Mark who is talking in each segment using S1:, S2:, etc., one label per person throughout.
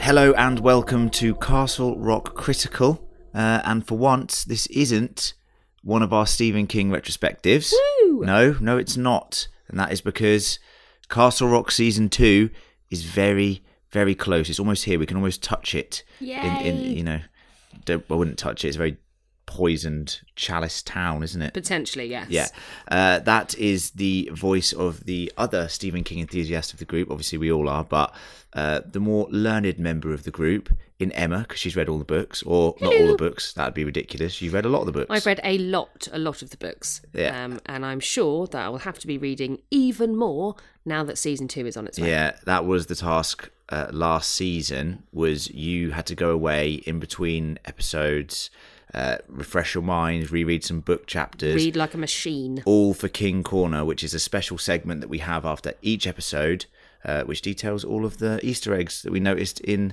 S1: Hello and welcome to Castle Rock Critical. Uh, and for once, this isn't one of our Stephen King retrospectives.
S2: Woo!
S1: No, no, it's not. And that is because Castle Rock Season 2 is very, very close. It's almost here. We can almost touch it. In, in
S2: Yay.
S1: You know, don't, I wouldn't touch it. It's a very poisoned chalice town, isn't it?
S2: Potentially, yes.
S1: Yeah. Uh, that is the voice of the other Stephen King enthusiast of the group. Obviously, we all are, but uh, the more learned member of the group in Emma, because she's read all the books, or not all the books. That'd be ridiculous. You've read a lot of the books.
S2: I've read a lot, a lot of the books.
S1: Yeah.
S2: Um, and I'm sure that I will have to be reading even more now that season two is on its way.
S1: Yeah, that was the task uh, last season. Was you had to go away in between episodes, uh, refresh your mind, reread some book chapters,
S2: Read like a machine.
S1: all for King Corner, which is a special segment that we have after each episode, uh, which details all of the Easter eggs that we noticed in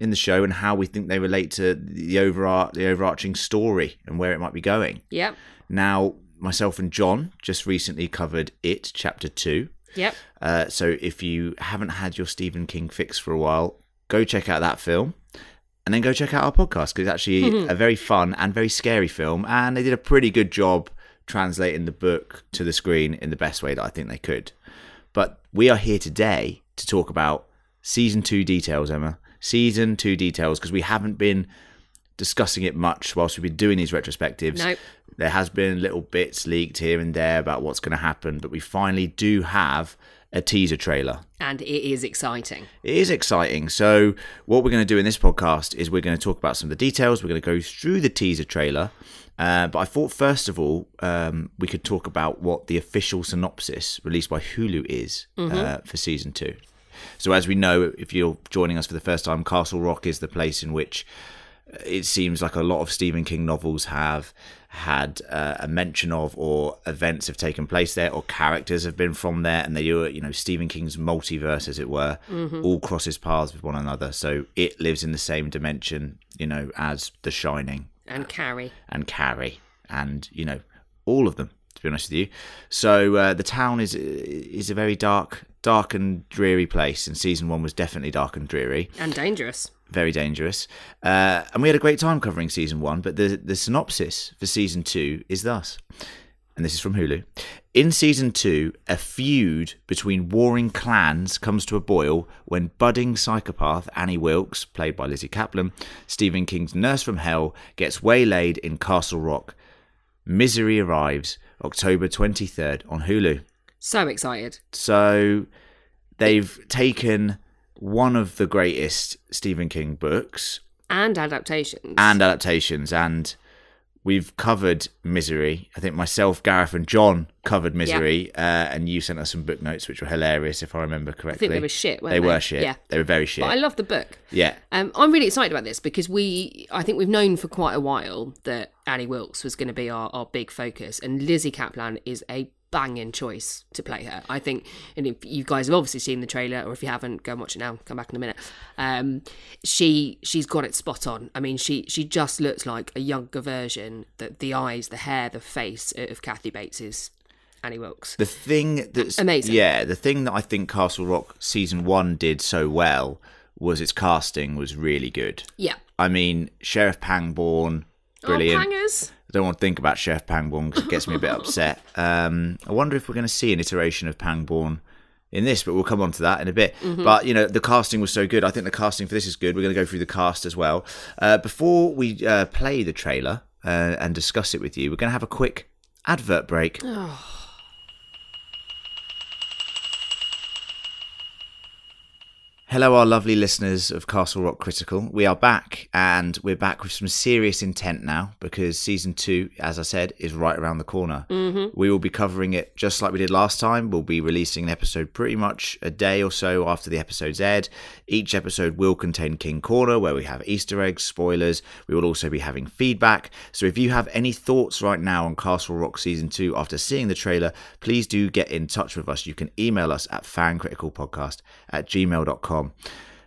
S1: in the show and how we think they relate to the overar- the overarching story and where it might be going.
S2: Yep.
S1: Now, myself and John just recently covered it, chapter two.
S2: Yep.
S1: Uh, so if you haven't had your Stephen King fix for a while, go check out that film. And then go check out our podcast because it's actually a very fun and very scary film. And they did a pretty good job translating the book to the screen in the best way that I think they could. But we are here today to talk about season two details, Emma. Season two details because we haven't been discussing it much whilst we've been doing these retrospectives.
S2: Nope.
S1: There has been little bits leaked here and there about what's going to happen, but we finally do have a teaser trailer.
S2: And it is exciting.
S1: It is exciting. So, what we're going to do in this podcast is we're going to talk about some of the details. We're going to go through the teaser trailer. Uh, but I thought, first of all, um, we could talk about what the official synopsis released by Hulu is uh, for season two. So, as we know, if you're joining us for the first time, Castle Rock is the place in which it seems like a lot of Stephen King novels have had uh, a mention of, or events have taken place there, or characters have been from there, and they do it, you know, Stephen King's multiverse, as it were, all crosses paths with one another. So it lives in the same dimension, you know, as The Shining
S2: And Carrie.
S1: and Carrie, and you know, all of them. To be honest with you, so uh, the town is is a very dark, dark and dreary place, and season one was definitely dark and dreary
S2: And dangerous.
S1: very dangerous. Uh, and we had a great time covering season one, but the, the synopsis for season two is thus. And this is from Hulu. In season two, a feud between warring clans comes to a boil when budding psychopath Annie Wilkes, played by Lizzie Kaplan, Stephen King's nurse from hell, gets waylaid in Castle Rock. Misery arrives October 23rd on Hulu.
S2: So excited.
S1: So they've taken one of the greatest Stephen King books
S2: And adaptations.
S1: and adaptations, and we've covered Misery. I think myself, Gareth, and John covered Misery, uh, and you sent us some book notes, which were hilarious, if I remember correctly.
S2: were shit, weren't
S1: they?
S2: they?
S1: were shit.
S2: Yeah.
S1: They were very shit.
S2: But I love the book.
S1: yeah.
S2: Um, I'm really excited about this because we, I think we've known for quite a while that Annie Wilkes was going to be our, our big focus, and Lizzie Kaplan is a banging choice to play her. I think, and if you guys have obviously seen the trailer, or if you haven't, go and watch it now. Come back in a minute. Um, she she's got it spot on. I mean, she she just looks like a younger version. That the eyes, the hair, the face of Kathy Bates's Annie Wilkes.
S1: The thing that's
S2: Amazing.
S1: Yeah, the thing that I think Castle Rock season one did so well was its casting was really good.
S2: Yeah.
S1: I mean, Sheriff Pangborn, brilliant.
S2: Oh, bangers.
S1: I don't want to think about Chef Pangborn because it gets me a bit upset. Um, I wonder if we're going to see an iteration of Pangborn in this, but we'll come on to that in a bit. But, you know, the casting was so good. I think the casting for this is good. We're going to go through the cast as well. Uh, before we uh, play the trailer uh, and discuss it with you, we're going to have a quick advert break. Hello, our lovely listeners of Castle Rock Critical. We are back, and we're back with some serious intent now because season two, as I said, is right around the corner. Mm-hmm. We will be covering it just like we did last time. We'll be releasing an episode pretty much a day or so after the episode's aired. Each episode will contain King Corner, where we have Easter eggs, spoilers. We will also be having feedback. So if you have any thoughts right now on Castle Rock season two after seeing the trailer, please do get in touch with us. You can email us at fancriticalpodcast at gmail.com.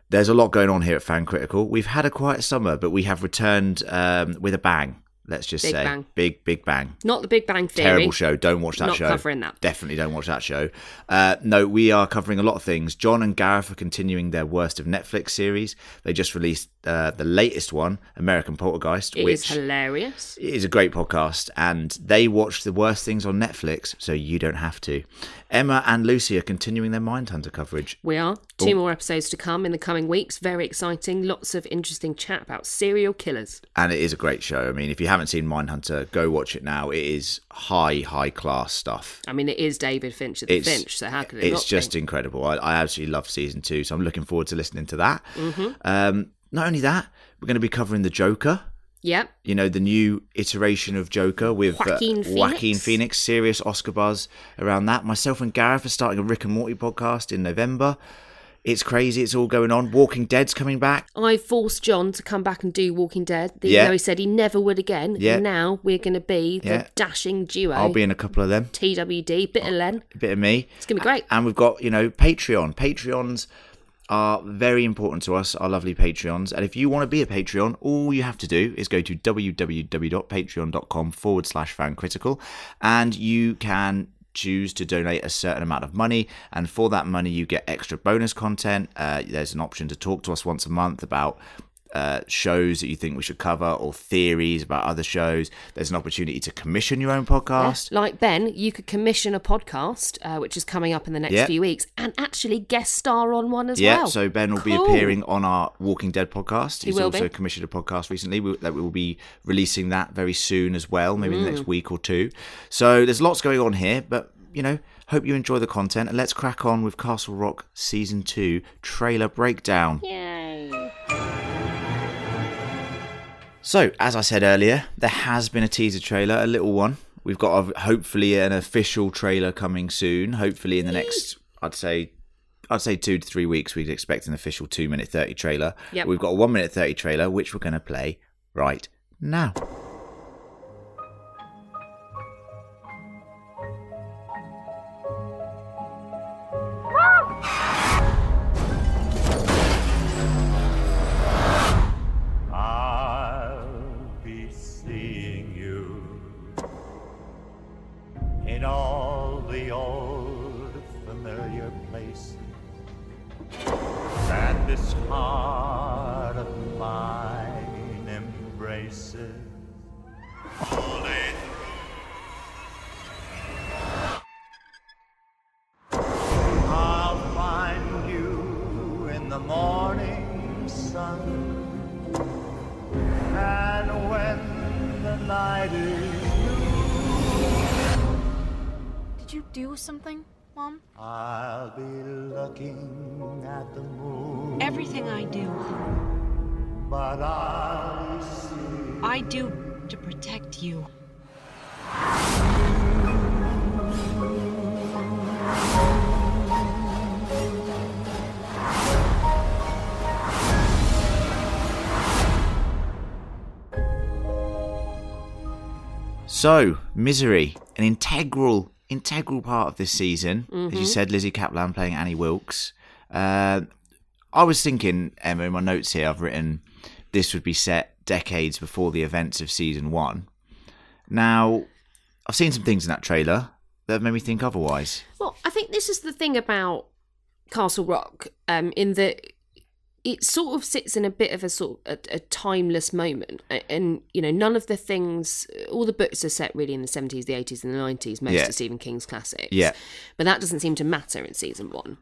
S1: There's a lot going on here at Fan Critical. We've had a quiet summer, but we have returned um, with a bang. Let's just
S2: Big
S1: say
S2: Bang.
S1: big big bang.
S2: Not the Big Bang Theory.
S1: Terrible show. Don't watch that
S2: Not
S1: show.
S2: covering that.
S1: Definitely don't watch that show. Uh, no, we are covering a lot of things. John and Gareth are continuing their worst of Netflix series. They just released uh, the latest one, American Poltergeist,
S2: It is
S1: which
S2: hilarious.
S1: is a great podcast. And they watch the worst things on Netflix, so you don't have to. Emma and Lucy are continuing their Mindhunter coverage.
S2: We are. Two
S1: Oh.
S2: more episodes to come in the coming weeks. Very exciting. Lots of interesting chat about serial killers.
S1: And it is a great show. I mean, if you haven't seen Mindhunter, go watch it now. It is high, high class stuff.
S2: I mean, it is David Finch at the
S1: It's-
S2: Finch, so how could it
S1: it's
S2: not be?
S1: just incredible. I, I absolutely love season two, so I'm looking forward to listening to that.
S2: Mm-hmm.
S1: Um, not only that, we're going to be covering the Joker.
S2: Yep.
S1: You know, the new iteration of Joker with uh,
S2: Joaquin Phoenix.
S1: Joaquin Phoenix, serious Oscar buzz around that. Myself and Gareth are starting a Rick and Morty podcast in November. It's crazy. It's all going on. Walking Dead's coming back.
S2: I forced John to come back and do Walking Dead, even
S1: Yeah.
S2: though he said he never would again.
S1: Yeah.
S2: Now we're going to be the
S1: Yeah.
S2: dashing duo.
S1: I'll be in a couple of them.
S2: TWD, bit of Len.
S1: A bit of me.
S2: It's going to be great.
S1: and we've got you know patreon patreons are very important to us our lovely patreons and if you want to be a patreon all you have to do is go to www.patreon.com forward slash fan critical and you can choose to donate a certain amount of money and for that money you get extra bonus content uh, there's an option to talk to us once a month about uh, shows that you think we should cover or theories about other shows there's an opportunity to commission your own podcast
S2: Like Ben, you could commission a podcast, uh, which is coming up in the next
S1: Yeah.
S2: few weeks, and actually guest star on one as
S1: Yeah,
S2: well.
S1: so Ben will be
S2: Cool.
S1: appearing on our Walking Dead podcast. He's
S2: will
S1: also
S2: be.
S1: commissioned a podcast recently we- that we will be releasing that very soon as well, maybe in the
S2: Mm.
S1: next week or two. So there's lots going on here, but you know, hope you enjoy the content and let's crack on with Castle Rock season two trailer breakdown.
S2: Yay.
S1: So, as I said earlier, there has been a teaser trailer, a little one. We've got a, hopefully an official trailer coming soon. Hopefully in the next, I'd say, I'd say two to three weeks, we'd expect an official two minute thirty trailer.
S2: Yep.
S1: We've got a one minute thirty trailer, which we're going to play right now.
S3: I'll be seeing you in all the old familiar places that this heart of mine embraces. All day through. I'll find you in the morning sun. And when the night is new,
S4: Did you do something, Mom?
S3: I'll be looking at the moon.
S5: Everything I do,
S3: But I'll see
S5: I do to protect you.
S1: So, Misery, an integral, integral part of this season.
S2: Mm-hmm.
S1: As you said, Lizzie Kaplan playing Annie Wilkes. Uh, I was thinking, Emma, in my notes here, I've written this would be set decades before the events of season one. Now, I've seen some things in that trailer that have made me think otherwise.
S2: Well, I think this is the thing about Castle Rock, um, in that it sort of sits in a bit of a sort of a, a timeless moment, A- and you know, none of the things, all the books are set really in the seventies, the eighties, and the nineties, most
S1: Yeah.
S2: of Stephen King's classics.
S1: Yeah.
S2: but that doesn't seem to matter in season one.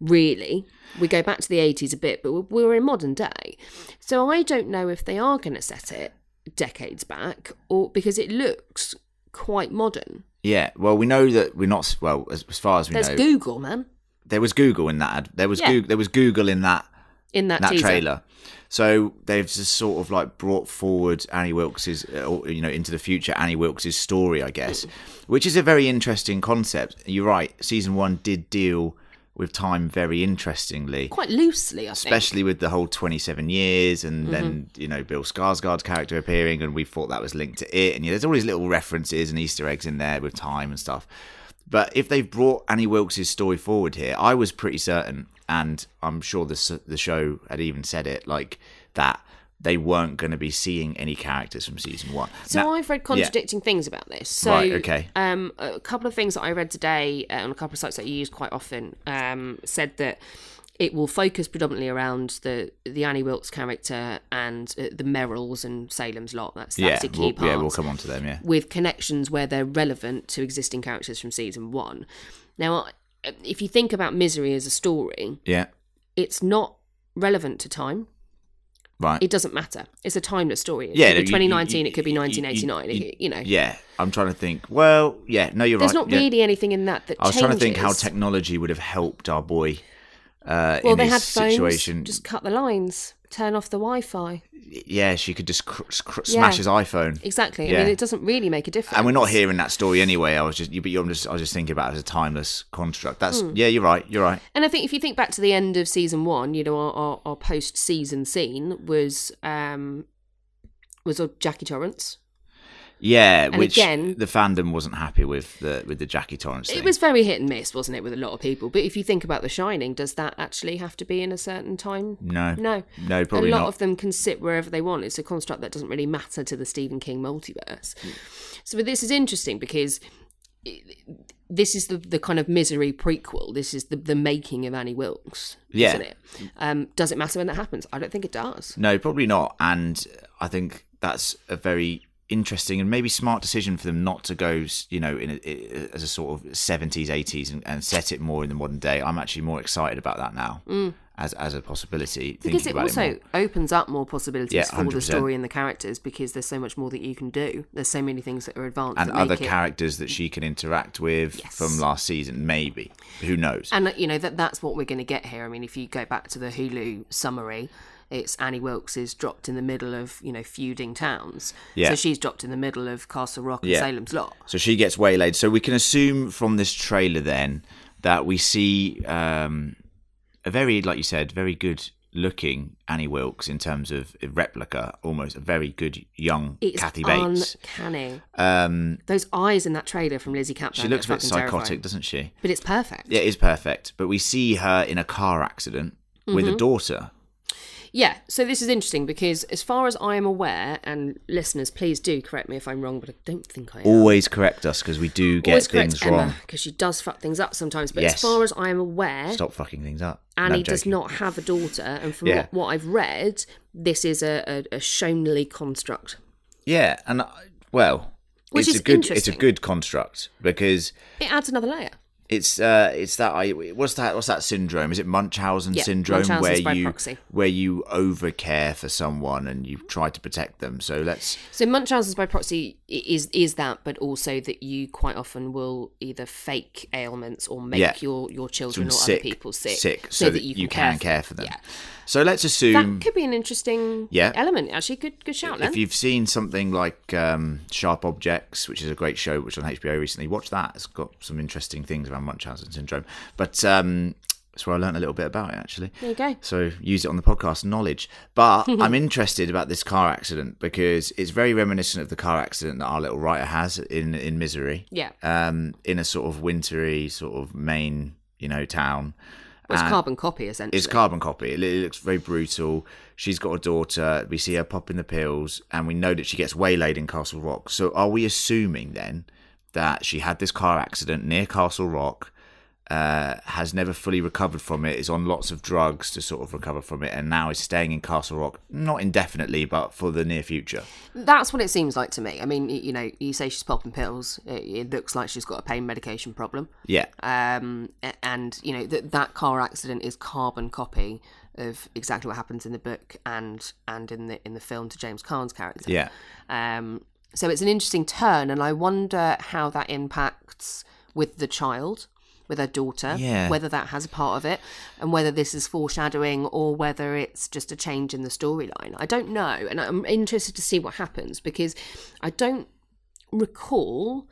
S2: Really, we go back to the eighties a bit, but we're, we're in modern day, so I don't know if they are going to set it decades back, or because it looks quite modern.
S1: Yeah, well, we know that we're not. Well, as, as far as we
S2: There's
S1: know,
S2: Google, man,
S1: there was Google in that. ad- There was
S2: Yeah.
S1: Google, there was Google in that
S2: in that,
S1: that
S2: teaser.
S1: trailer. So they've just sort of like brought forward Annie Wilkes's, uh, or, you know, into the future Annie Wilkes's story, I guess, which is a very interesting concept. You're right. Season one did deal with time very interestingly,
S2: quite loosely, I think.
S1: especially with the whole 27 years, and
S2: Mm-hmm.
S1: then you know Bill Skarsgård's character appearing, and we thought that was linked to it, and yeah, there's all these little references and Easter eggs in there with time and stuff. But if they've brought Annie Wilkes's story forward here, I was pretty certain, and I'm sure the s- the show had even said it like that they weren't going to be seeing any characters from season one.
S2: So
S1: Now-
S2: I've read contradicting things about this. So,
S1: Right, okay.
S2: Um, a couple of things that I read today uh, on a couple of sites that you use quite often um, said that it will focus predominantly around the the Annie Wilkes character and uh, the Merrills and Salem's lot. That's
S1: yeah,
S2: that's a key
S1: we'll,
S2: part.
S1: yeah, we'll come on to them. Yeah,
S2: with connections where they're relevant to existing characters from season one. Now, I- if you think about Misery as a story,
S1: yeah,
S2: it's not relevant to time.
S1: right.
S2: It doesn't matter. It's a timeless story. It
S1: yeah,
S2: could
S1: no,
S2: be
S1: you- you-
S2: 2019.
S1: you-
S2: it could be
S1: you- you-
S2: 1989. it could- you know,
S1: Yeah, I'm trying to think. Well, yeah, no, you're
S2: there's
S1: right.
S2: not
S1: yeah.
S2: really anything in that that
S1: I was
S2: changes.
S1: trying to think how technology would have helped our boy. Uh,
S2: Well,
S1: in
S2: they
S1: his
S2: had phones.
S1: situation.
S2: Just cut the lines. Turn off the Wi-Fi.
S1: yeah, she could just cr- cr-
S2: Yeah.
S1: smash his iPhone.
S2: Exactly. I
S1: Yeah.
S2: mean, it doesn't really make a difference.
S1: And we're not hearing that story anyway. I was just, you, but you're just, I was just thinking about it as a timeless construct. That's
S2: Hmm.
S1: yeah, you're right. You're right.
S2: And I think if you think back to the end of season one, you know, our, our, our post season scene was um was of Jackie Torrance.
S1: Yeah,
S2: And
S1: which
S2: again-
S1: the fandom wasn't happy with the with the Jackie Torrance thing.
S2: It was very hit and miss, wasn't it, with a lot of people. But if you think about The Shining, does that actually have to be in a certain time?
S1: no,
S2: No.
S1: no, probably
S2: a lot
S1: not.
S2: of them can sit wherever they want. It's a construct that doesn't really matter to the Stephen King multiverse.
S1: Mm.
S2: So this is interesting because it- this is the, the kind of misery prequel. This is the, the making of Annie Wilkes,
S1: Yeah.
S2: isn't it? Um, does it matter when that happens? I don't think it does.
S1: No, probably not. And I think that's a very interesting and maybe smart decision for them not to go, you know, in a, i- as a sort of seventies, eighties, and, and set it more in the modern day. I'm actually more excited about that now as as a possibility.
S2: Mm. Because
S1: thinking
S2: it
S1: about
S2: also
S1: it more.
S2: opens up more possibilities
S1: Yeah,
S2: for the
S1: 100%.
S2: story and the characters because there's so much more that you can do. There's so many things that are advanced
S1: and
S2: that make
S1: other
S2: it-
S1: characters that she can interact with
S2: Yes.
S1: from last season, maybe. Who knows?
S2: And uh, you know that that's what we're going to get here. I mean, if you go back to the Hulu summary, it's Annie Wilkes is dropped in the middle of you know feuding towns.
S1: Yeah.
S2: So she's dropped in the middle of Castle Rock and
S1: Yeah.
S2: Salem's Lot.
S1: So she gets waylaid. So we can assume from this trailer then that we see um, a very, like you said, very good looking Annie Wilkes in terms of replica, almost a very good young
S2: It's
S1: Kathy Bates.
S2: uncanny.
S1: Um,
S2: Those eyes in that trailer from Lizzie Caplan.
S1: she looks a
S2: are
S1: bit
S2: fucking
S1: psychotic,
S2: terrifying.
S1: doesn't she?
S2: but it's perfect.
S1: Yeah, it is perfect. But we see her in a car accident with
S2: Mm-hmm.
S1: a daughter.
S2: Yeah, so this is interesting because, as far as I am aware, and listeners, please do correct me if I'm wrong, but I don't think I am.
S1: Always correct us because we do get
S2: Always correct
S1: things wrong.
S2: Emma because she does fuck things up sometimes. But as
S1: Yes.
S2: far as I am aware,
S1: Stop fucking things up. No, I'm
S2: Annie does
S1: joking.
S2: not have a daughter, and from
S1: Yeah.
S2: what, what I've read, this is a, a, a Shonley construct.
S1: Yeah, and I, well,
S2: Which
S1: it's
S2: is
S1: a good. It's a
S2: interesting.
S1: good construct because.
S2: It adds another layer.
S1: it's uh it's that I what's that what's that syndrome? Is it Munchausen
S2: Yeah,
S1: syndrome
S2: Munchausen's by
S1: where you
S2: proxy.
S1: where you overcare for someone and you try to protect them? So let's
S2: So Munchausen's by proxy i- is is that, but also that you quite often will either fake ailments or make
S1: Yeah.
S2: your, your children or
S1: Someone
S2: other people sick,
S1: sick, so, that, you can, care for them.
S2: Yeah.
S1: So let's assume
S2: That could be an interesting
S1: Yeah.
S2: element. Actually, good good shout,
S1: if
S2: Len.
S1: you've seen something like um, Sharp Objects, which is a great show, which on HBO recently, watch that. It's got some interesting things around Munchausen syndrome, but um, that's where I learned a little bit about it actually.
S2: There you go.
S1: So use it on the podcast knowledge. But I'm interested about this car accident because it's very reminiscent of the car accident that our little writer has in in Misery.
S2: Yeah.
S1: Um, in a sort of wintry sort of Maine, you know, town.
S2: Well, it's
S1: and-
S2: carbon copy essentially.
S1: It's carbon copy. It li- it looks very brutal. She's got a daughter. We see her popping the pills, and we know that she gets waylaid in Castle Rock. So, are we assuming then that she had this car accident near Castle Rock, uh, has never fully recovered from it, is on lots of drugs to sort of recover from it, and now is staying in Castle Rock, not indefinitely, but for the near future?
S2: That's what it seems like to me. I mean, y- you know, you say she's popping pills. It, it looks like she's got a pain medication problem.
S1: Yeah.
S2: um, a- and you know that that car accident is carbon copy of exactly what happens in the book and and in the in the film to James Carnes character.
S1: Yeah.
S2: Um, so it's an interesting turn, and I wonder how that impacts with the child, with her daughter,
S1: Yeah.
S2: whether that has a part of it, and whether this is foreshadowing or whether it's just a change in the storyline. I don't know, and I'm interested to see what happens because I don't recall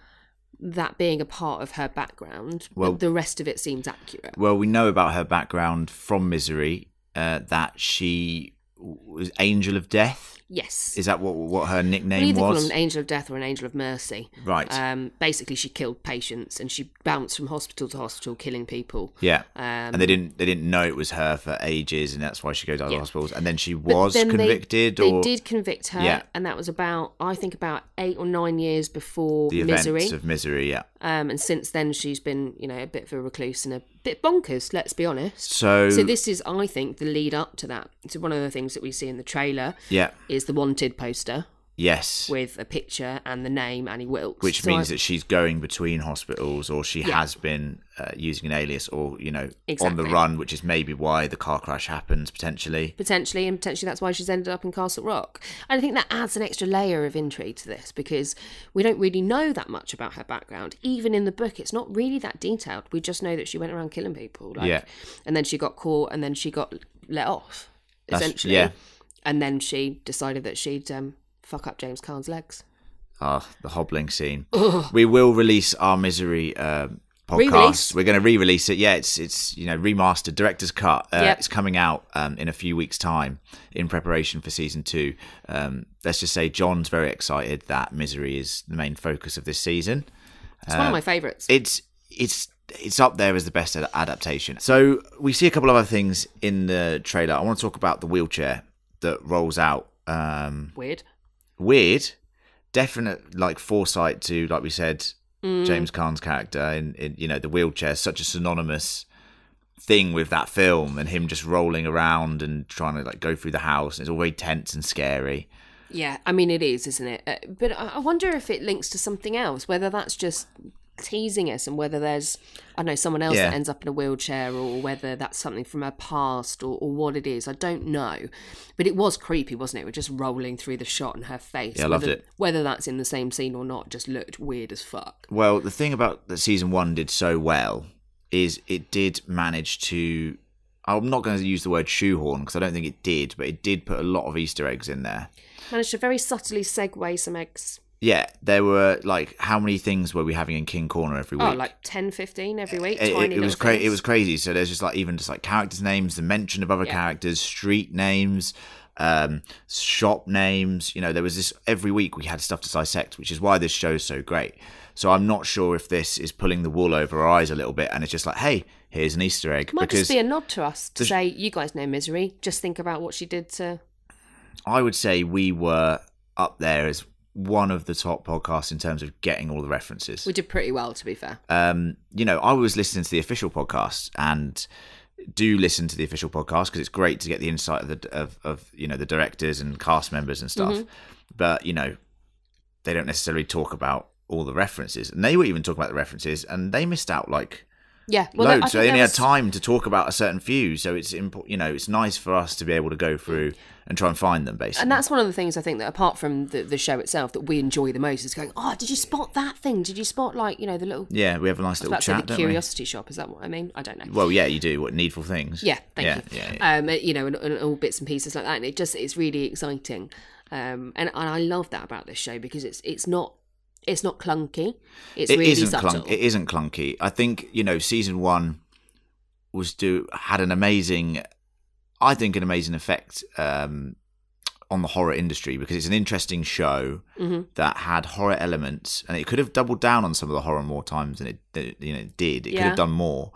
S2: that being a part of her background.
S1: Well-
S2: but the rest of it seems accurate.
S1: Well, we know about her background from Misery uh, that she was Angel of Death.
S2: Yes.
S1: Is that what what her
S2: We
S1: nickname
S2: either call
S1: was?
S2: him an angel of death or an angel of mercy.
S1: Right.
S2: Um, basically, she killed patients and she bounced from hospital to hospital, killing people.
S1: yeah.
S2: Um,
S1: and they didn't they didn't know it was her for ages, and that's why she goes out of
S2: Yeah.
S1: hospitals. And then she
S2: But
S1: was
S2: then they-
S1: convicted,
S2: They,
S1: or
S2: did convict her,
S1: Yeah.
S2: and that was about I think about eight or nine years before
S1: the events
S2: misery.
S1: of misery. Yeah.
S2: um, and since then, she's been you know a bit of a recluse and a bit bonkers. Let's be honest.
S1: So,
S2: So this is, I think, the lead up to that. So one of the things that we see in the trailer
S1: yeah.
S2: is the wanted poster
S1: Yes.
S2: with a picture and the name Annie Wilkes,
S1: Which
S2: So
S1: means
S2: I-
S1: that she's going between hospitals, or she
S2: Yeah.
S1: has been uh, using an alias, or you know, on
S2: Exactly.
S1: the run, which is maybe why the car crash happens potentially.
S2: potentially, and potentially that's why she's ended up in Castle Rock. And I think that adds an extra layer of intrigue to this because we don't really know that much about her background. Even in the book, it's not really that detailed. We just know that she went around killing people, like,
S1: Yeah.
S2: and then she got caught, and then she got let off,
S1: That's-
S2: essentially,
S1: yeah.
S2: and then she decided that she'd um, fuck up James Carnes' legs.
S1: Ah, the hobbling scene. We will release our misery um podcast.
S2: Re-release?
S1: We're going to re-release it. Yeah, it's it's you know remastered, director's cut. Uh,
S2: Yep.
S1: It's coming out um, in a few weeks' time in preparation for season two. Um, let's just say John's very excited that misery is the main focus of this season.
S2: It's
S1: Uh,
S2: one of my favourites.
S1: It's it's it's up there as the best ad- adaptation. So we see a couple of other things in the trailer. I want to talk about the wheelchair that rolls out. Um,
S2: Weird.
S1: weird definite like foresight to like we said
S2: Mm.
S1: james Cairns' character in, in you know the wheelchair such a synonymous thing with that film and him just rolling around and trying to like go through the house and it's all very tense and scary
S2: Yeah, I mean it is, isn't it? Uh, but I I wonder if it links to something else, whether that's just teasing us, and whether there's I don't know someone else
S1: Yeah.
S2: that ends up in a wheelchair, or whether that's something from her past, or, or what it is. I don't know, but it was creepy, wasn't it? We're just rolling through the shot in her face.
S1: Yeah, I loved
S2: whether,
S1: it.
S2: Whether that's in the same scene or not, just looked weird as fuck.
S1: well the thing about that season one did so well is it did manage to i'm not going to use the word shoehorn because i don't think it did but it did put a lot of easter eggs in there
S2: Managed to very subtly segue some eggs.
S1: yeah there were like how many things were we having in king corner every week
S2: Oh, like 10, 15 every week.
S1: it,
S2: tiny
S1: it- it was
S2: little
S1: cra- it
S2: things.
S1: was crazy so there's just like even just like characters names the mention of other
S2: Yeah.
S1: characters street names um shop names you know there was this every week we had stuff to dissect which is why this show is so great so i'm not sure if this is pulling the wool over our eyes a little bit and it's just like hey here's an easter egg
S2: Might
S1: because
S2: just be a nod to us to
S1: the-
S2: say, you guys know misery. Just think about what she did to
S1: i would say we were up there as one of the top podcasts in terms of getting all the references
S2: We did pretty well, to be fair.
S1: um, you know, I was listening to the official podcast and do listen to the official podcast because it's great to get the insight of the of, of you know the directors and cast members and stuff.
S2: Mm-hmm.
S1: But you know, they don't necessarily talk about all the references, and they were even talking about the references, and they missed out like
S2: yeah, well, there- I
S1: loads. So they
S2: think there
S1: only
S2: was-
S1: had time to talk about a certain few. So it's important, you know, it's nice for us to be able to go through and try and find them basically.
S2: And that's one of the things I think that apart from the, the show itself that we enjoy the most is going, oh, did you spot that thing? Did you spot like you know the little
S1: yeah, we have a nice
S2: I was
S1: little
S2: about to say
S1: chat,
S2: the
S1: don't
S2: curiosity shop? Is that what I mean? I don't know.
S1: we? Well, yeah, you do. What needful things?
S2: yeah, thank you.
S1: Yeah, yeah,
S2: Um, you know, and, and all bits and pieces like that, and it just it's really exciting. Um, and, and I love that about this show because it's it's not it's not clunky. It's
S1: It
S2: really
S1: not
S2: subtle.
S1: it isn't clunky. I think you know season one was do had an amazing, I think an amazing effect um, on the horror industry because it's an interesting show that had horror elements and it could have doubled down on some of the horror more times than it, than it you know did. It could
S2: Yeah.
S1: have done more.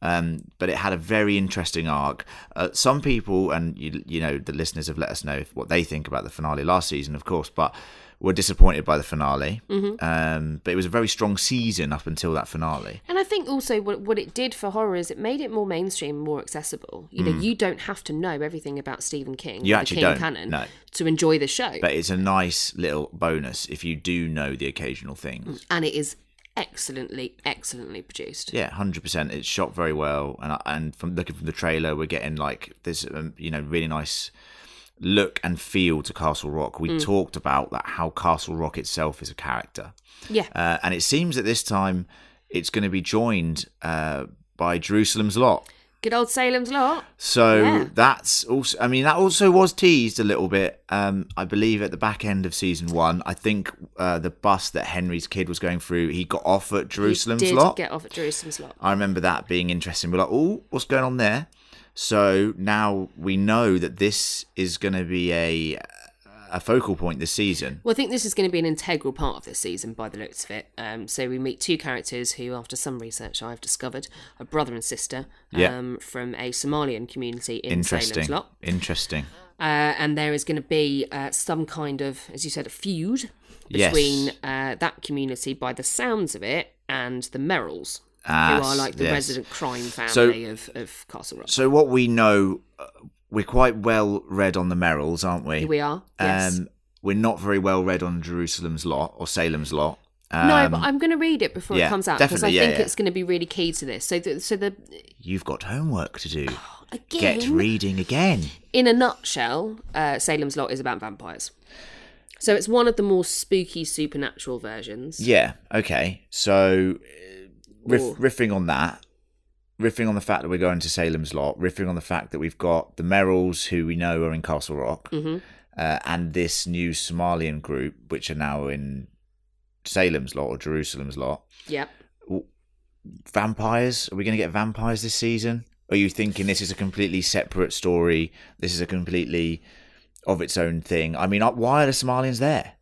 S1: Um, but it had a very interesting arc. Uh, some people, and you, you know, the listeners have let us know if, what they think about the finale last season, of course, but were disappointed by the finale. Um, but it was a very strong season up until that finale.
S2: And I think also what, what it did for horror is it made it more mainstream, and more accessible. You know, you don't have to know everything about Stephen King,
S1: Mm. You
S2: or the
S1: actually
S2: King
S1: don't,
S2: canon,
S1: no.
S2: to enjoy the show.
S1: But it's a nice little bonus if you do know the occasional things.
S2: and it is excellently, excellently produced.
S1: Yeah, hundred percent. It's shot very well, and I- and from looking from the trailer, we're getting like this, um, you know, really nice look and feel to Castle Rock.
S2: Mm.
S1: We talked about that how Castle Rock itself is a character.
S2: Yeah,
S1: Uh, and it seems that this time it's going to be joined uh, by Jerusalem's Lot.
S2: good old Salem's Lot.
S1: So
S2: Yeah.
S1: that's also, I mean, that also was teased a little bit, um, I believe, at the back end of season one. I think uh, the bus that Henry's kid was going through, he got off at
S2: You
S1: Jerusalem's
S2: did
S1: Lot.
S2: get off at Jerusalem's Lot.
S1: I remember that being interesting. We're like, oh, what's going on there? So now we know that this is going to be a a focal point this season.
S2: Well, I think this is going to be an integral part of this season by the looks of it. Um, so we meet two characters who, after some research I've discovered, are brother and sister um,
S1: Yeah.
S2: from a Somalian community in Salem's
S1: Interesting.
S2: Lot.
S1: Interesting.
S2: Uh, and there is going to be uh, some kind of, as you said, a feud
S1: Yes.
S2: between uh, that community, by the sounds of it, and the Merrills,
S1: Ah,
S2: who are like the
S1: yes.
S2: resident crime family of, of Castle Rock.
S1: So what we know, uh, we're quite well read on the Merrills, aren't we?
S2: Here we are.
S1: um,
S2: Yes.
S1: we're not very well read on Jerusalem's Lot or Salem's Lot. Um,
S2: no, but I'm going to read it before
S1: yeah,
S2: it comes out because I
S1: definitely, yeah,
S2: think
S1: yeah.
S2: it's going to be really key to this. So, the, so the
S1: you've got homework to do.
S2: again,
S1: Get reading again.
S2: in a nutshell, uh, Salem's Lot is about vampires. So it's one of the more spooky supernatural versions.
S1: Yeah. Okay. So, uh, riff,
S2: Or-
S1: riffing on that, riffing on the fact that we're going to Salem's Lot, riffing on the fact that we've got the Merrills, who we know are in Castle Rock,
S2: Mm-hmm.
S1: uh, and this new Somalian group, which are now in Salem's Lot or Jerusalem's Lot.
S2: Yep.
S1: Vampires? Are we going to get vampires this season? Are you thinking this is a completely separate story? This is a completely of its own thing. I mean, uh, why are the Somalians there?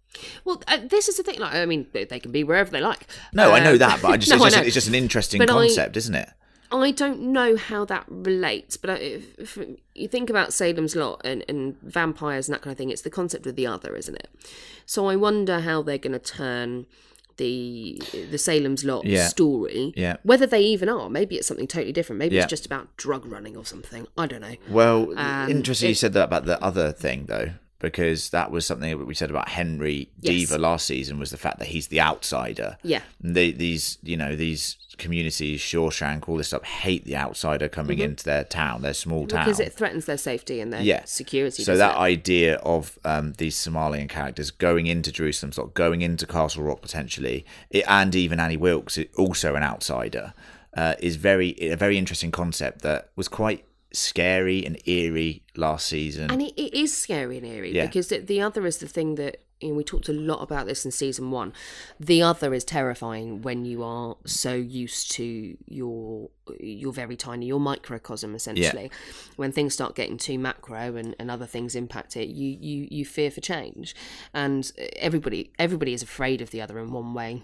S2: Well, uh, this is the thing. Like, I mean, they, they can be wherever they like.
S1: No, I know
S2: Um,
S1: that, but I just,
S2: no,
S1: it's, just
S2: I know.
S1: it's just an interesting
S2: But I-
S1: concept, isn't it?
S2: I don't know how that relates, but I- if, if you think about Salem's Lot and, and vampires and that kind of thing, it's the concept of the other, isn't it? So I wonder how they're going to turn the the Salem's Lot
S1: Yeah.
S2: story.
S1: Yeah.
S2: Whether they even are, maybe it's something totally different. Maybe
S1: Yeah.
S2: it's just about drug running or something. I don't know.
S1: Well,
S2: Um,
S1: interesting you
S2: it-
S1: said that about the other thing though, because that was something that we said about Henry
S2: Yes.
S1: Diva last season was the fact that he's the outsider.
S2: Yeah.
S1: And They, these, you know, these communities, Shawshank, all this stuff, hate the outsider coming into their town, their small town.
S2: Mm-hmm. Because it threatens their safety and their
S1: yeah.
S2: security.
S1: So
S2: doesn't
S1: that
S2: it?
S1: idea of um, these Somalian characters going into Jerusalem, sort of going into Castle Rock potentially, it, and even Annie Wilkes, i- also an outsider, uh, is very a very interesting concept that was quite scary and eerie last season.
S2: And it, it is scary and eerie
S1: Yeah.
S2: because the, the other is the thing that you know, we talked a lot about this in season one. The other is terrifying when you are so used to your your very tiny your microcosm essentially. When things start getting too macro and, and other things impact it, you, you you fear for change, and everybody everybody is afraid of the other in one way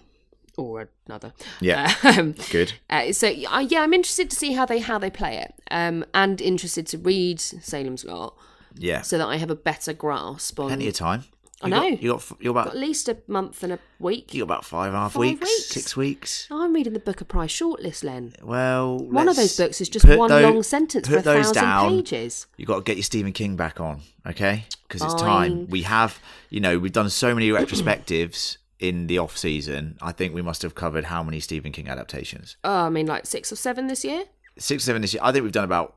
S2: or another.
S1: Yeah.
S2: Um,
S1: Good.
S2: uh, so uh, yeah, I'm interested to see how they how they play it, um, and interested to read Salem's Lot
S1: Yeah.
S2: so that I have a better grasp on
S1: Plenty of time.
S2: I
S1: You
S2: know.
S1: Got, you got f- you're about
S2: at least a month and a week.
S1: you got about five and a half
S2: Five
S1: weeks,
S2: weeks.
S1: six weeks.
S2: I'm reading the Booker Prize shortlist, Len.
S1: Well,
S2: One of
S1: let's
S2: those books is just
S1: put
S2: one
S1: tho-
S2: long sentence for
S1: put
S2: a
S1: those
S2: thousand
S1: down.
S2: pages.
S1: You got to get your Stephen King back on, okay? Because it's
S2: Fine.
S1: time. We have, you know, we've done so many retrospectives in the off season. I think we must have covered how many Stephen King adaptations?
S2: Oh, I mean, like six or seven this year.
S1: Six, seven this year. I think we've done about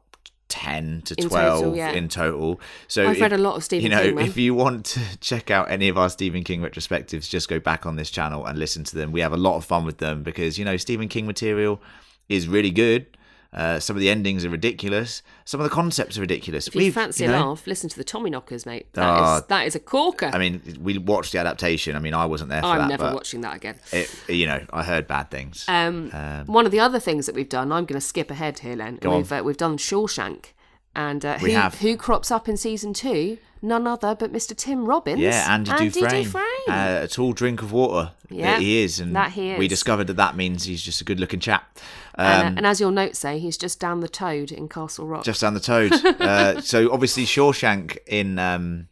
S1: ten to
S2: In total,
S1: twelve
S2: yeah.
S1: in total. So
S2: I've
S1: if-
S2: read a lot of Stephen
S1: You know,
S2: King, man.
S1: if you want to check out any of our Stephen King retrospectives, just go back on this channel and listen to them. We have a lot of fun with them because you know Stephen King material is really good. Uh, some of the endings are ridiculous. Some of the concepts are ridiculous.
S2: If you
S1: We've-
S2: fancy
S1: you know-
S2: a laugh, listen to the Tommy Knockers, mate. That is
S1: Ah.
S2: that is a corker.
S1: I mean, we watched the adaptation. I mean, I wasn't there for
S2: I'm
S1: that.
S2: never
S1: but
S2: watching that again.
S1: It, you know, I heard bad things.
S2: Um, one of the other things that we've done, I'm going to skip ahead here, Len.
S1: Go on.
S2: we've uh, we've done Shawshank, and uh,
S1: We
S2: who,
S1: have.
S2: who crops up in season two? None other but Mr. Tim Robbins.
S1: yeah, Andy, Dufresne,
S2: Dufresne.
S1: Uh, a tall drink of water
S2: Yeah,
S1: that he is, and
S2: that he
S1: we
S2: is.
S1: discovered that that means he's just a good-looking chap.
S2: and, uh, and as your notes say, he's just down the toad in Castle Rock.
S1: Um, just down the toad. uh, so obviously Shawshank in um,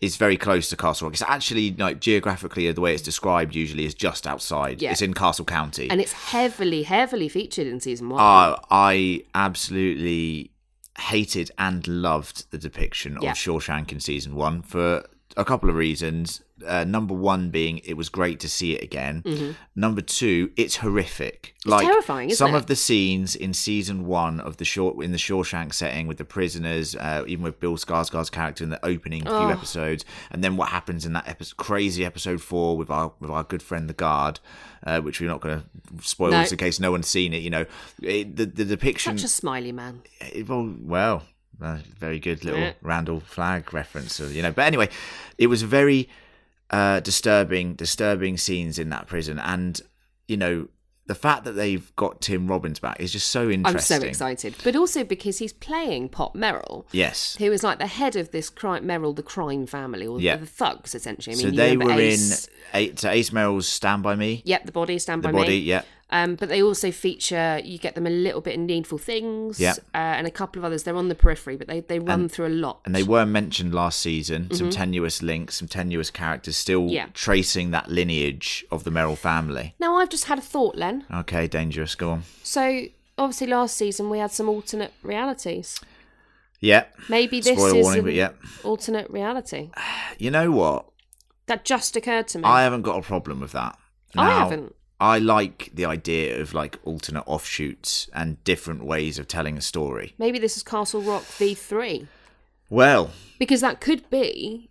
S1: is very close to Castle Rock. It's actually like geographically the way it's described usually is just outside.
S2: Yeah.
S1: It's in Castle County.
S2: and it's heavily, heavily featured in season one.
S1: Uh, I absolutely hated and loved the depiction
S2: Yeah.
S1: of Shawshank in season one for a couple of reasons. Uh, number one being it was great to see it again. Number two, it's horrific.
S2: Mm-hmm. terrifying, isn't
S1: some
S2: it?
S1: of the scenes in season one of the short in the Shawshank setting with the prisoners, uh, even with Bill Skarsgård's character in the opening
S2: Oh.
S1: few episodes, and then what happens in that episode, crazy episode four with our with our good friend the guard, uh, which we're not going to spoil
S2: No.
S1: just in case no one's seen it. You know, it, the the depiction.
S2: Such a smiley man.
S1: it- well, well, uh, very good little
S2: Yeah.
S1: Randall Flag reference. uh, You know, but anyway, it was very uh, disturbing, disturbing scenes in that prison, and you know, the fact that they've got Tim Robbins back is just so interesting.
S2: I'm so excited, but also because he's playing Pop Merrill,
S1: Yes.
S2: who is like the head of this crime, Merrill, the crime family, or
S1: Yeah.
S2: the thugs essentially. I mean,
S1: so
S2: you
S1: they
S2: remember
S1: were
S2: Ace-
S1: in eight, so Ace Merrill's Stand By Me.
S2: Yep, the body, Stand
S1: the
S2: by
S1: body,
S2: Me.
S1: yeah.
S2: Um, but they also feature. You get them a little bit in Needful Things,
S1: Yeah.
S2: uh, and a couple of others. They're on the periphery, but they they run through a lot.
S1: And they were mentioned last season, some tenuous links, some tenuous characters, still
S2: Mm-hmm. Yeah.
S1: tracing that lineage of the Merrill family.
S2: now I've just had a thought, Len.
S1: Okay, dangerous, go on.
S2: So obviously last season we had some alternate realities.
S1: Yeah.
S2: Maybe this
S1: Spoiler
S2: is
S1: warning,
S2: an
S1: but yeah.
S2: alternate reality
S1: You know what?
S2: that just occurred to me.
S1: I haven't got a problem with that.
S2: I haven't.
S1: I like the idea of like alternate offshoots and different ways of telling a story.
S2: Maybe this is Castle Rock V three
S1: Well,
S2: because that could be.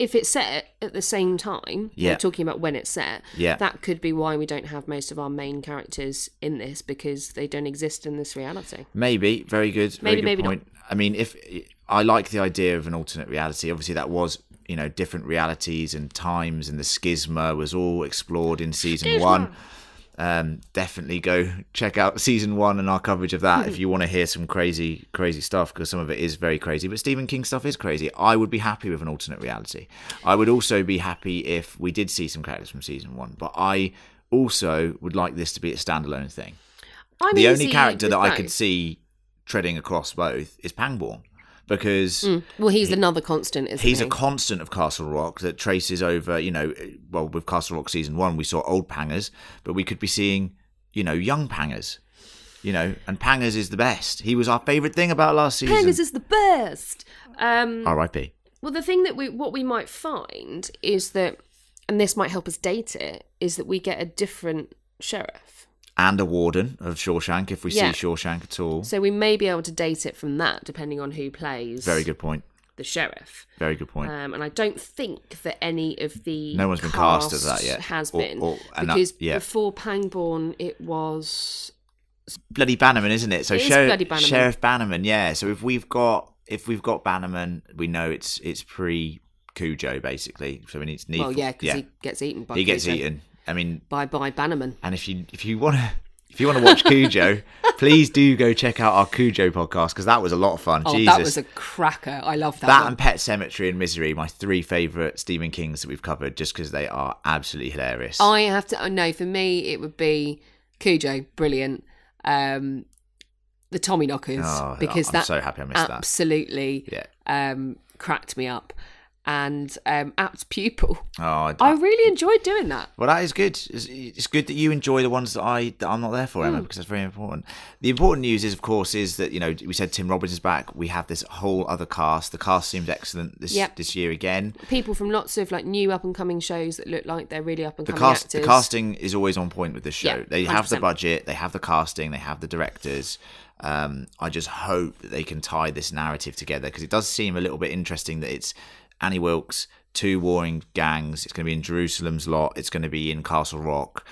S2: If it's set at the same time,
S1: Yeah.
S2: we're talking about when it's set,
S1: Yeah.
S2: that could be why we don't have most of our main characters in this because they don't exist in this reality.
S1: Maybe very good. Very
S2: Maybe,
S1: good
S2: maybe not.
S1: point. I mean, if I like the idea of an alternate reality, obviously that was you know different realities and times, and the schisma was all explored in season one. Um, definitely go check out season one and our coverage of that if you want to hear some crazy, crazy stuff because some of it is very crazy. But Stephen King stuff is crazy. I would be happy with an alternate reality. I would also be happy if we did see some characters from season one, but I also would like this to be a standalone thing
S2: I'm
S1: the only
S2: easy
S1: character
S2: with
S1: that I
S2: both.
S1: could see treading across both is Pangborn because
S2: Hmm. Well, he's another constant, isn't
S1: he's
S2: he?
S1: a constant of Castle Rock that traces over, you know, well, with Castle Rock season one, we saw old Pangers, but we could be seeing, you know, young Pangers, you know, and Pangers is the best. He was our favourite thing about last season.
S2: Pangers is the best. Um,
S1: R.I.P.
S2: Well, the thing that we what we might find is that, and this might help us date it, is that we get a different sheriff.
S1: And a warden of Shawshank, if we
S2: Yeah.
S1: see Shawshank at all.
S2: So we may be able to date it from that, depending on who plays
S1: Very good point.
S2: the sheriff.
S1: Very good point.
S2: Um, and I don't think that any of the
S1: No one's been cast as that yet.
S2: Has
S1: Or-
S2: been
S1: or- and that-
S2: because
S1: yeah.
S2: before Pangborn, it was
S1: bloody Bannerman, isn't it? So
S2: It is
S1: Sheriff,
S2: bloody Bannerman.
S1: Sheriff Bannerman, yeah. So if we've got if we've got Bannerman, we know it's it's pre Cujo basically. So we need to need
S2: well, yeah, because he gets eaten by
S1: he gets
S2: Cujo.
S1: eaten. I mean,
S2: Bye bye Bannerman.
S1: and if you if you want to if you want to watch Cujo, please do go check out our Cujo podcast because that was a lot of fun.
S2: Oh,
S1: Jesus.
S2: that was a cracker. I love that.
S1: that
S2: one.
S1: and Pet Cemetery and Misery, my three favourite Stephen Kings that we've covered, just because they are absolutely hilarious.
S2: I have to. oh, No, for me, it would be Cujo, brilliant. Um, the Tommy Knockers
S1: Oh,
S2: because
S1: I'm
S2: that
S1: so happy I missed that.
S2: absolutely
S1: Yeah.
S2: um, cracked me up, and um, apt pupil.
S1: oh, I,
S2: I really enjoyed doing that.
S1: Well, that is good. It's, it's good that you enjoy the ones that I that I'm not there for, Emma, because that's very important. The important news is, of course, is that you know we said Tim Robbins is back. We have this whole other cast. The cast seems excellent this
S2: Yep.
S1: this year again.
S2: People from lots of like new up and coming shows that look like they're really up and
S1: The
S2: coming
S1: cast
S2: actors.
S1: the casting is always on point with this show.
S2: Yeah,
S1: they have the
S2: 100%.
S1: budget, they have the casting, they have the directors. Um, I just hope that they can tie this narrative together because it does seem a little bit interesting that it's Annie Wilkes, two warring gangs. It's going to be in Jerusalem's lot. It's going to be in Castle Rock.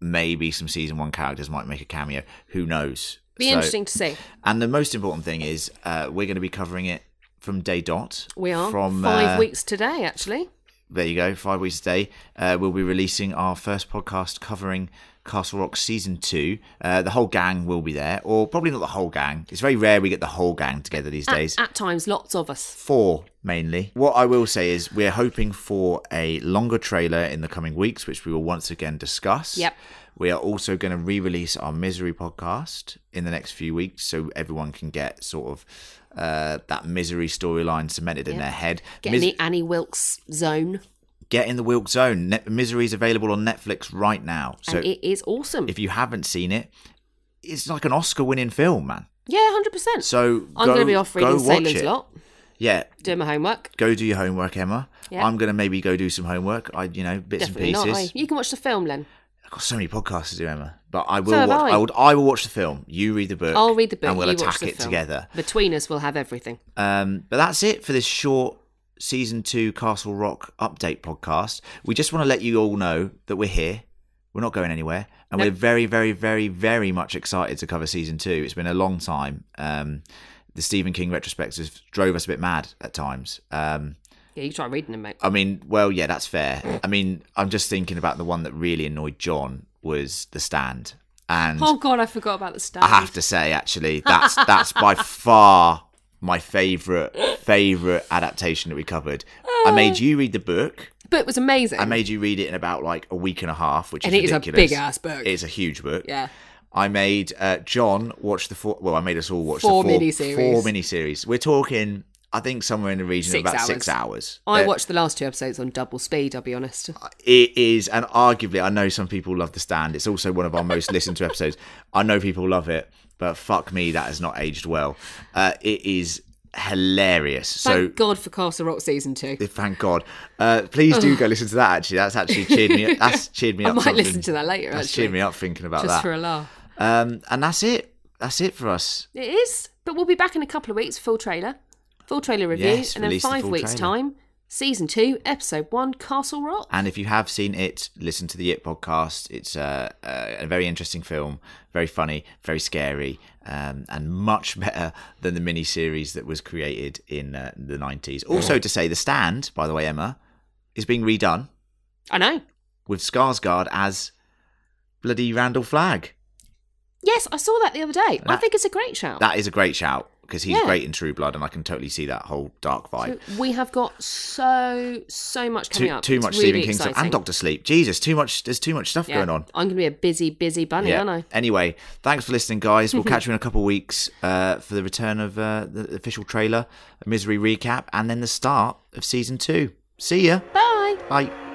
S1: maybe some season one characters might make a cameo. Who knows?
S2: Be
S1: So-
S2: interesting to see.
S1: And the most important thing is, uh, we're going to be covering it from day dot.
S2: We are
S1: from
S2: five
S1: uh,
S2: weeks today, actually.
S1: There you go, five weeks today. Uh, we'll be releasing our first podcast covering Castle Rock season two. Uh, the whole gang will be there, or probably not the whole gang. It's very rare we get the whole gang together these days.
S2: At, at times, lots of us.
S1: Four mainly. What I will say is, we're hoping for a longer trailer in the coming weeks, which we will once again discuss.
S2: Yep.
S1: We are also going to re release our Misery podcast in the next few weeks so everyone can get sort of uh, that Misery storyline cemented in their head.
S2: Get
S1: Mis-
S2: in the Annie Wilkes zone,
S1: get in the Wilk Zone. Net- Misery is available on Netflix right now. So
S2: and it is awesome.
S1: if you haven't seen it, it's like an Oscar winning film, man.
S2: yeah, hundred percent.
S1: So
S2: I'm
S1: go-
S2: going to be off
S1: go
S2: reading
S1: watch
S2: Sailor's
S1: it.
S2: Lot,
S1: Yeah,
S2: doing my homework.
S1: go do your homework, Emma.
S2: Yeah.
S1: I'm gonna maybe go do some homework. I, you know, bits
S2: Definitely
S1: and
S2: not. I,
S1: pieces.
S2: you can watch the film, Len.
S1: I've got so many podcasts to do, Emma. But I will.
S2: have
S1: watch, I.
S2: I.
S1: will. I will watch the film. You read the book.
S2: I'll read the book.
S1: and we'll
S2: you watch
S1: attack
S2: the
S1: it
S2: film.
S1: together.
S2: Between us, we'll have everything.
S1: Um, but that's it for this short season two Castle Rock update podcast. We just want to let you all know that we're here. We're not going anywhere, and
S2: No.
S1: we're very, very, very, very much excited to cover season two. It's been a long time. Um, the Stephen King retrospectives drove us a bit mad at times. Um,
S2: Yeah, you try reading them, mate.
S1: I mean, well, yeah, that's fair. I mean, I'm just thinking about the one that really annoyed John was The Stand, and
S2: Oh god, I forgot about the stand.
S1: I have to say, actually, that's that's by far my favorite favorite adaptation that we covered.
S2: Oh.
S1: I made you read the book.
S2: But it was amazing.
S1: I made you read it in about like a week and a half, which
S2: and
S1: is
S2: it is a
S1: ridiculous.
S2: big ass book.
S1: It's a huge book.
S2: yeah.
S1: I made uh, John watch the four. Well, I made us all watch
S2: Four
S1: the four
S2: miniseries.
S1: Four miniseries. We're talking, I think, somewhere in the region
S2: Six
S1: of about six hours.
S2: I
S1: Uh,
S2: watched the last two episodes on double speed, I'll be honest.
S1: It is, and arguably, I know some people love the stand. It's also one of our most listened to episodes. I know people love it, but fuck me, that has not aged well. Uh, it is hilarious. so
S2: Thank God for Castle Rock season two.
S1: Thank God. Uh, please do go listen to that. Actually, that's actually cheered me. That's cheered me
S2: I
S1: up.
S2: might
S1: something-
S2: listen to that later,
S1: That's
S2: actually.
S1: cheered me up thinking about
S2: Just
S1: that.
S2: for a laugh.
S1: um, and that's it. That's it for us.
S2: It is. But we'll be back in a couple of weeks, full trailer. Full trailer review.
S1: Yes,
S2: and then
S1: release the
S2: five
S1: full
S2: weeks'
S1: trailer. Ah.
S2: time, season two, episode one, Castle Rock.
S1: And if you have seen it, listen to the It podcast. It's a, a, a very interesting film, very funny, very scary, um, and much better than the miniseries that was created in uh, the 90s. Also, to say, The Stand, by the way, Emma, is being redone
S2: I know.
S1: with Skarsgård as bloody Randall Flagg.
S2: Yes, I saw that the other day. I
S1: That-
S2: think it's a great shout.
S1: That is a great shout because he's
S2: Yeah.
S1: great in True Blood, and I can totally see that whole dark vibe.
S2: So we have got so so much coming
S1: too,
S2: up.
S1: too
S2: It's
S1: much
S2: really
S1: Stephen King stuff
S2: exciting.
S1: and Doctor Sleep. Jesus, too much. There's too much stuff
S2: Yeah.
S1: going on.
S2: I'm going to be a busy, busy bunny, aren't I?
S1: Anyway, thanks for listening, guys. We'll catch you in a couple of weeks uh, for the return of uh, the official trailer, a misery recap, and then the start of season two. See ya.
S2: Bye.
S1: Bye.